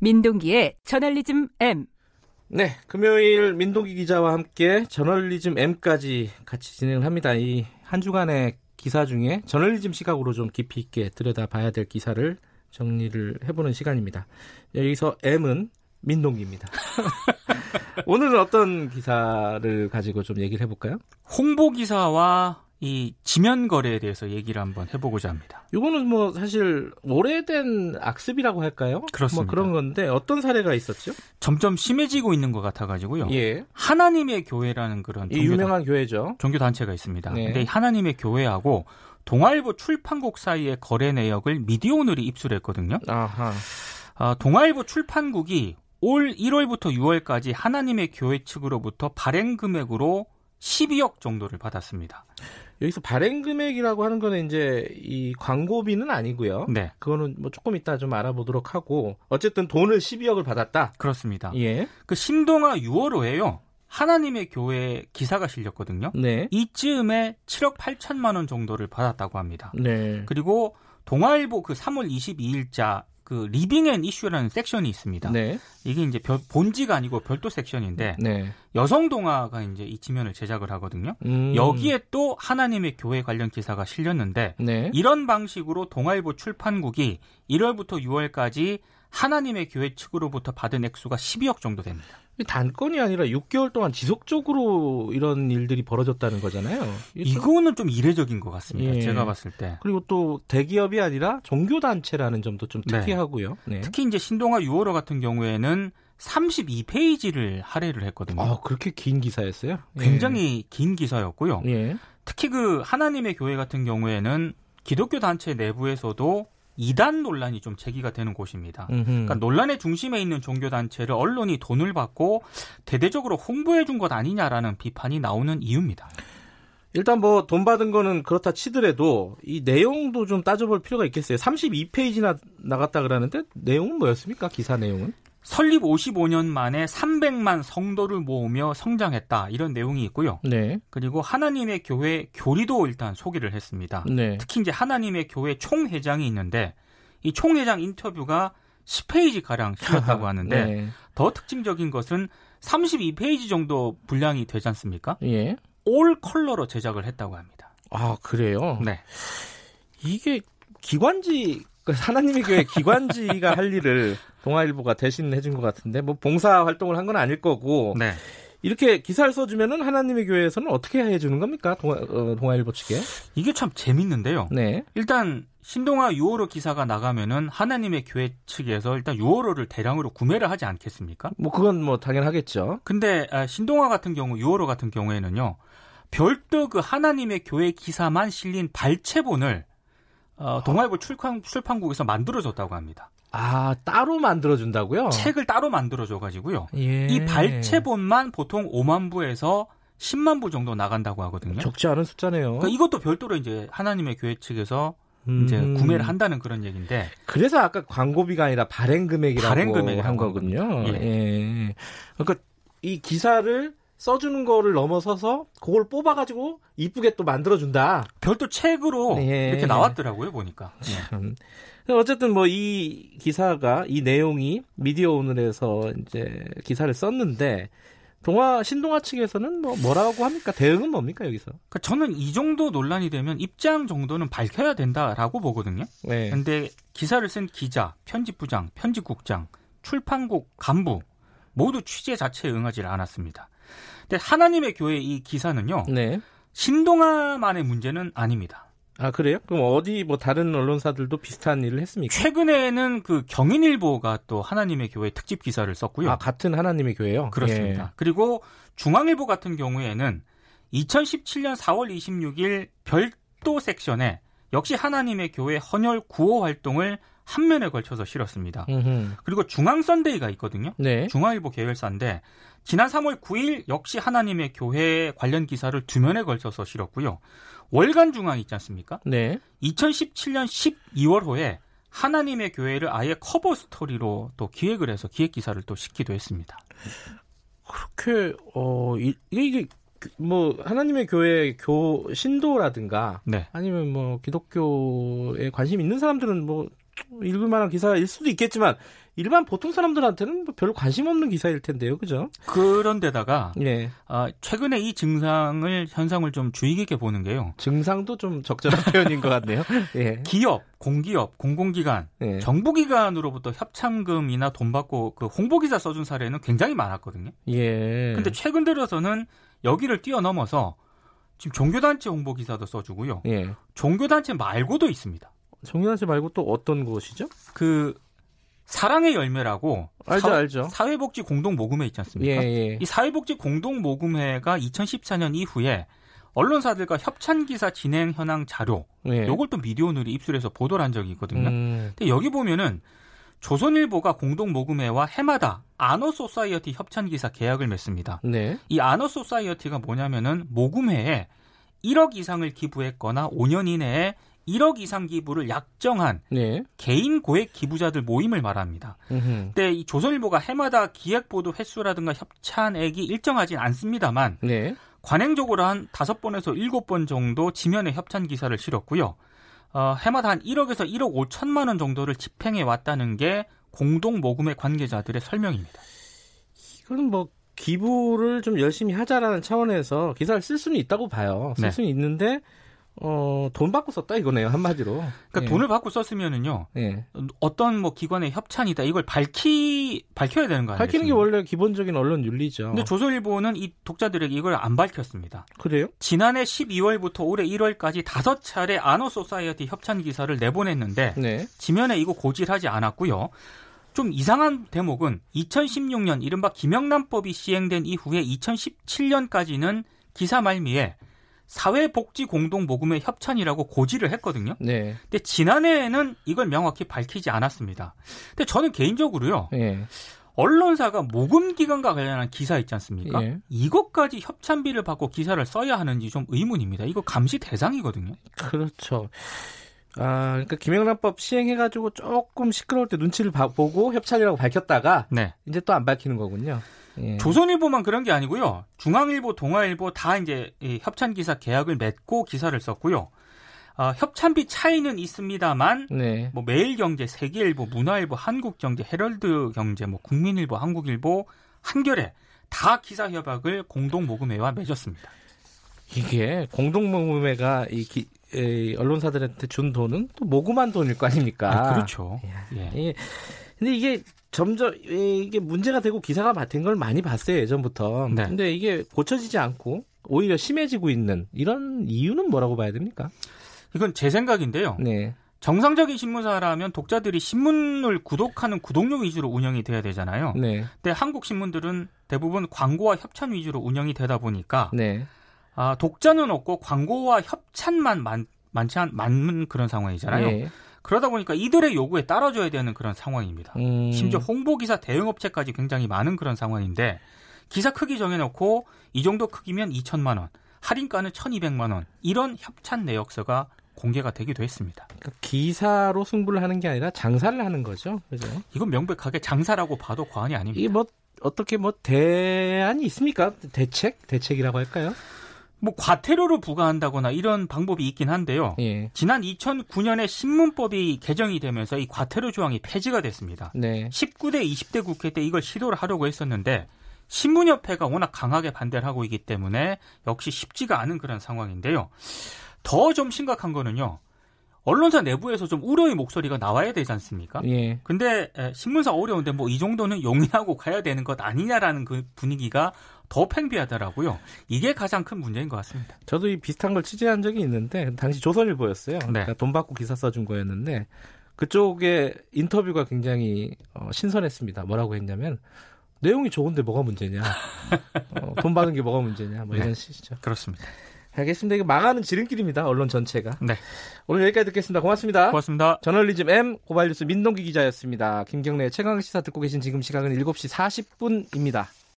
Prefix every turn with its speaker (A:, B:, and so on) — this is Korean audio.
A: 민동기의 저널리즘 M.
B: 네, 금요일 민동기 기자와 함께 저널리즘 M까지 같이 진행을 합니다. 이 한 주간의 기사 중에 저널리즘 시각으로 좀 깊이 있게 들여다봐야 될 기사를 정리를 해보는 시간입니다. 여기서 M은 민동기입니다. 오늘은 어떤 기사를 가지고 좀 얘기를 해볼까요?
C: 홍보 기사와 이 지면 거래에 대해서 얘기를 한번 해보고자 합니다.
B: 이거는 뭐 사실 오래된 악습이라고 할까요?
C: 그렇습니다.
B: 뭐 그런 건데 어떤 사례가 있었죠?
C: 점점 심해지고 있는 것 같아가지고요.
B: 예,
C: 하나님의 교회라는 그런
B: 이
C: 종교단-
B: 유명한 교회죠.
C: 종교 단체가 있습니다.
B: 네.
C: 근데 이 하나님의 교회하고 동아일보 출판국 사이의 거래 내역을 미디어오늘이 입수했거든요.
B: 아하.
C: 아, 동아일보 출판국이 올 1월부터 6월까지 하나님의 교회 측으로부터 발행 금액으로 12억 정도를 받았습니다.
B: 여기서 발행 금액이라고 하는 거는 이제 이 광고비는 아니고요.
C: 네,
B: 그거는 뭐 조금 이따 좀 알아보도록 하고 어쨌든 돈을 12억을 받았다.
C: 그렇습니다.
B: 예.
C: 그 신동아 6월호에요. 하나님의 교회 기사가 실렸거든요.
B: 네.
C: 이쯤에 7억 8천만 원 정도를 받았다고 합니다.
B: 네.
C: 그리고 동아일보 그 3월 22일자 그 리빙 앤 이슈라는 섹션이 있습니다.
B: 네.
C: 이게 이제 별- 본지가 아니고 별도 섹션인데
B: 네.
C: 여성 동화가 이제 이 지면을 제작을 하거든요.
B: 음.
C: 여기에 또 하나님의 교회 관련 기사가 실렸는데
B: 네.
C: 이런 방식으로 동아일보 출판국이 1월부터 6월까지 하나님의 교회 측으로부터 받은 액수가 12억 정도 됩니다.
B: 단건이 아니라 6개월 동안 지속적으로 이런 일들이 벌어졌다는 거잖아요. 이게 좀-
C: 이거는 좀 이례적인 것 같습니다.
B: 예.
C: 제가 봤을 때.
B: 그리고 또 대기업이 아니라 종교 단체라는 점도 좀
C: 네.
B: 특이하고요. 네.
C: 특히 이제 신동아 6월호 같은 경우에는 32페이지를 할애를 했거든요.
B: 아, 그렇게 긴 기사였어요? 예.
C: 굉장히 긴 기사였고요.
B: 예.
C: 특히 그 하나님의 교회 같은 경우에는 기독교 단체 내부에서도 이단 논란이 좀 제기가 되는 곳입니다.
B: 음흠.
C: 그러니까 논란의 중심에 있는 종교 단체를 언론이 돈을 받고 대대적으로 홍보해 준 것 아니냐라는 비판이 나오는 이유입니다.
B: 일단 뭐 돈 받은 거는 그렇다 치더라도 이 내용도 좀 따져볼 필요가 있겠어요. 32페이지나 나갔다 그러는데 내용은 뭐였습니까? 기사 내용은?
C: 설립 55년 만에 300만 성도를 모으며 성장했다 이런 내용이 있고요.
B: 네.
C: 그리고 하나님의 교회 교리도 일단 소개를 했습니다.
B: 네.
C: 특히 이제 하나님의 교회 총회장이 있는데 이 총회장 인터뷰가 10페이지 가량 실렸다고 하는데
B: 네.
C: 더 특징적인 것은 32페이지 정도 분량이 되지 않습니까?
B: 예.
C: 올 컬러로 제작을 했다고 합니다.
B: 아, 그래요?
C: 네.
B: 이게 기관지, 그 하나님의 교회 기관지가 할 일을 동아일보가 대신 해준 것 같은데, 뭐 봉사 활동을 한 건 아닐 거고,
C: 네.
B: 이렇게 기사를 써주면은 하나님의 교회에서는 어떻게 해주는 겁니까? 동아, 어, 동아일보 측에?
C: 이게 참 재밌는데요.
B: 네.
C: 일단 신동아 6월호 기사가 나가면은 하나님의 교회 측에서 일단 6월호를 대량으로 구매를 하지 않겠습니까?
B: 뭐 그건 뭐 당연하겠죠.
C: 근데 아, 신동아 같은 경우 6월호 같은 경우에는요. 별도 그 하나님의 교회 기사만 실린 발췌본을 어, 동아일보 출판, 출판국에서 만들어줬다고 합니다.
B: 아, 따로 만들어준다고요?
C: 책을 따로 만들어줘가지고요.
B: 예.
C: 이 발췌본만 보통 5만 부에서 10만 부 정도 나간다고 하거든요.
B: 적지 않은 숫자네요.
C: 그러니까 이것도 별도로 이제 하나님의 교회 측에서 이제
B: 음.
C: 구매를 한다는 그런 얘기인데
B: 그래서 아까 광고비가 아니라 발행 금액이라고
C: 발행 금액이라고
B: 한 거군요.
C: 예.
B: 예. 그러니까 이 기사를 써주는 거를 넘어서서 그걸 뽑아가지고 이쁘게 또 만들어준다.
C: 별도 책으로
B: 예.
C: 이렇게 나왔더라고요 보니까.
B: 음. 어쨌든 뭐 이 기사가 이 내용이 미디어 오늘에서 이제 기사를 썼는데 동화 신동아 측에서는 뭐 뭐라고 합니까? 대응은 뭡니까 여기서?
C: 그러니까 저는 이 정도 논란이 되면 입장 정도는 밝혀야 된다라고 보거든요.
B: 네.
C: 근데 기사를 쓴 기자, 편집부장, 편집국장, 출판국 간부 모두 취재 자체에 응하지를 않았습니다. 근데 하나님의 교회 이 기사는요.
B: 네.
C: 신동아만의 문제는 아닙니다.
B: 아 그래요? 그럼 어디 뭐 다른 언론사들도 비슷한 일을 했습니까?
C: 최근에는 그 경인일보가 또 하나님의 교회 특집 기사를 썼고요.
B: 아 예. 같은 하나님의 교회요?
C: 그렇습니다. 그리고 중앙일보 같은 경우에는 2017년 4월 26일 별도 섹션에 역시 하나님의 교회 헌혈 구호 활동을 한 면에 걸쳐서 실었습니다.
B: 예. 음흠.
C: 그리고 중앙선데이가 있거든요.
B: 네.
C: 중앙일보 계열사인데 지난 3월 9일 역시 하나님의 교회 관련 기사를 두 면에 걸쳐서 실었고요. 월간 중앙 있지 않습니까?
B: 네.
C: 2017년 12월호에 하나님의 교회를 아예 커버 스토리로 또 기획을 해서 기획 기사를 또 시키도 했습니다.
B: 그렇게 어 이- 이게 이게 그- 뭐 하나님의 교회 교 신도라든가
C: 네.
B: 아니면 뭐 기독교에 관심 있는 사람들은 뭐 읽을 만한 기사일 수도 있겠지만 일반 보통 사람들한테는 뭐 별로 관심 없는 기사일 텐데요, 그죠?
C: 그런데다가
B: 예.
C: 아, 최근에 이 증상을 현상을 좀 주의 깊게 보는 게요.
B: 증상도 좀 적절한 표현인 것 같네요. 예.
C: 기업, 공기업, 공공기관,
B: 예.
C: 정부기관으로부터 협찬금이나 돈 받고 그 홍보기사 써준 사례는 굉장히 많았거든요.
B: 예.
C: 근데 최근 들어서는 여기를 뛰어넘어서 지금 종교단체 홍보기사도 써주고요.
B: 예.
C: 종교단체 말고도 있습니다.
B: 정윤아 씨 말고 또 어떤 곳이죠?
C: 그 사랑의 열매라고
B: 알죠,
C: 사,
B: 알죠.
C: 회복지 공동 모금회 있지 않습니까?
B: 예, 예.
C: 이 사회복지 공동 모금회가 2014년 이후에 언론사들과 협찬 기사 진행 현황 자료
B: 예.
C: 요걸 또 미디어오늘이 입술에서 보도를 한 적이 있거든요.
B: 음,
C: 근데 여기 보면은 조선일보가 공동 모금회와 해마다 아너 소사이어티 협찬 기사 계약을 맺습니다.
B: 네.
C: 이 아너 소사이어티가 뭐냐면은 모금회에 1억 이상을 기부했거나 5년 이내에 1억 이상 기부를 약정한
B: 네.
C: 개인 고액 기부자들 모임을 말합니다.
B: 음흠.
C: 근데 이 조선일보가 해마다 기획 보도 횟수라든가 협찬액이 일정하진 않습니다만
B: 네.
C: 관행적으로 한 다섯 번에서 일곱 번 정도 지면에 협찬 기사를 실었고요. 어, 해마다 한 1억에서 1억 5천만 원 정도를 집행해 왔다는 게 공동 모금의 관계자들의 설명입니다.
B: 이거는 뭐 기부를 좀 열심히 하자라는 차원에서 기사를 쓸 수는 있다고 봐요. 쓸
C: 네.
B: 수는 있는데 어, 돈 받고 썼다 이거네요, 한마디로.
C: 그러니까
B: 예.
C: 돈을 받고 썼으면은요.
B: 예.
C: 어떤 뭐 기관의 협찬이다 이걸 밝히 밝혀야 되는 거 아니에요?
B: 밝히는 게 원래 기본적인 언론 윤리죠.
C: 근데 조선일보는 이 독자들에게 이걸 안 밝혔습니다.
B: 그래요?
C: 지난해 12월부터 올해 1월까지 다섯 차례 아노 소사이어티 협찬 기사를 내보냈는데
B: 네.
C: 지면에 이거 고질하지 않았고요. 좀 이상한 대목은 2016년 이른바 김영란법이 시행된 이후에 2017년까지는 기사 말미에 사회복지 공동 모금의 협찬이라고 고지를 했거든요.
B: 네.
C: 근데 지난해에는 이걸 명확히 밝히지 않았습니다. 근데 저는 개인적으로요.
B: 예.
C: 언론사가 모금 기관과 관련한 기사 있지 않습니까?
B: 예.
C: 이것까지 협찬비를 받고 기사를 써야 하는지 좀 의문입니다. 이거 감시 대상이거든요.
B: 그렇죠. 아, 그러니까 김영란법 시행해가지고 조금 시끄러울 때 눈치를 봐- 보고 협찬이라고 밝혔다가
C: 네.
B: 이제 또 안 밝히는 거군요. 예.
C: 조선일보만 그런 게 아니고요. 중앙일보, 동아일보 다 이제 이 협찬 기사 계약을 맺고 기사를 썼고요. 아, 협찬비 차이는 있습니다만
B: 네.
C: 뭐 매일경제, 세계일보, 문화일보, 한국경제, 헤럴드경제, 뭐 국민일보, 한국일보, 한겨레 다 기사 협약을 공동 모금회와 맺었습니다.
B: 이게 공동모금회가 이 기- 에, 언론사들한테 준 돈은 또 모금한 돈일 거 아닙니까?
C: 아, 그렇죠. 예.
B: 예. 근데 이게 점점 이게 문제가 되고 기사가 맡은 걸 많이 봤어요 예전부터.
C: 네.
B: 근데 이게 고쳐지지 않고 오히려 심해지고 있는 이런 이유는 뭐라고 봐야 됩니까?
C: 이건 제 생각인데요.
B: 네.
C: 정상적인 신문사라면 독자들이 신문을 구독하는 구독료 위주로 운영이 돼야 되잖아요.
B: 네.
C: 근데 한국 신문들은 대부분 광고와 협찬 위주로 운영이 되다 보니까
B: 네.
C: 아, 독자는 없고 광고와 협찬만 많, 많지 않, 많은 그런 상황이잖아요.
B: 예.
C: 그러다 보니까 이들의 요구에 따라줘야 되는 그런 상황입니다.
B: 음,
C: 심지어 홍보기사 대응업체까지 굉장히 많은 그런 상황인데 기사 크기 정해놓고 이 정도 크기면 2천만 원, 할인가는 1,200만 원 이런 협찬 내역서가 공개가 되기도 했습니다.
B: 그러니까 기사로 승부를 하는 게 아니라 장사를 하는 거죠. 그죠?
C: 이건 명백하게 장사라고 봐도 과언이 아닙니다.
B: 이게 뭐 어떻게 뭐 대안이 있습니까? 대책? 대책이라고 할까요?
C: 뭐 과태료로 부과한다거나 이런 방법이 있긴 한데요.
B: 예.
C: 지난 2009년에 신문법이 개정이 되면서 이 과태료 조항이 폐지가 됐습니다.
B: 네.
C: 19대 20대 국회 때 이걸 시도를 하려고 했었는데 신문협회가 워낙 강하게 반대를 하고 있기 때문에 역시 쉽지가 않은 그런 상황인데요. 더 좀 심각한 거는요. 언론사 내부에서 좀 우려의 목소리가 나와야 되지 않습니까?
B: 예.
C: 근데 에, 신문사 어려운데 뭐 이 정도는 용인하고 가야 되는 것 아니냐라는 그 분위기가 더 팽배하더라고요. 이게 가장 큰 문제인 것 같습니다.
B: 저도 이 비슷한 걸 취재한 적이 있는데 당시 조선일보였어요. 그러니까
C: 네.
B: 돈 받고 기사 써준 거였는데 그쪽에 인터뷰가 굉장히 어, 신선했습니다. 뭐라고 했냐면 내용이 좋은데 뭐가 문제냐? 어, 돈 받은 게 뭐가 문제냐? 뭐 이런
C: 네.
B: 식이죠.
C: 그렇습니다.
B: 알겠습니다. 이게 망하는 지름길입니다. 언론 전체가.
C: 네.
B: 오늘 여기까지 듣겠습니다. 고맙습니다.
C: 고맙습니다.
B: 저널리즘 M 고발뉴스 민동기 기자였습니다. 김경래 최강 시사 듣고 계신 지금 시각은 7시 40분입니다.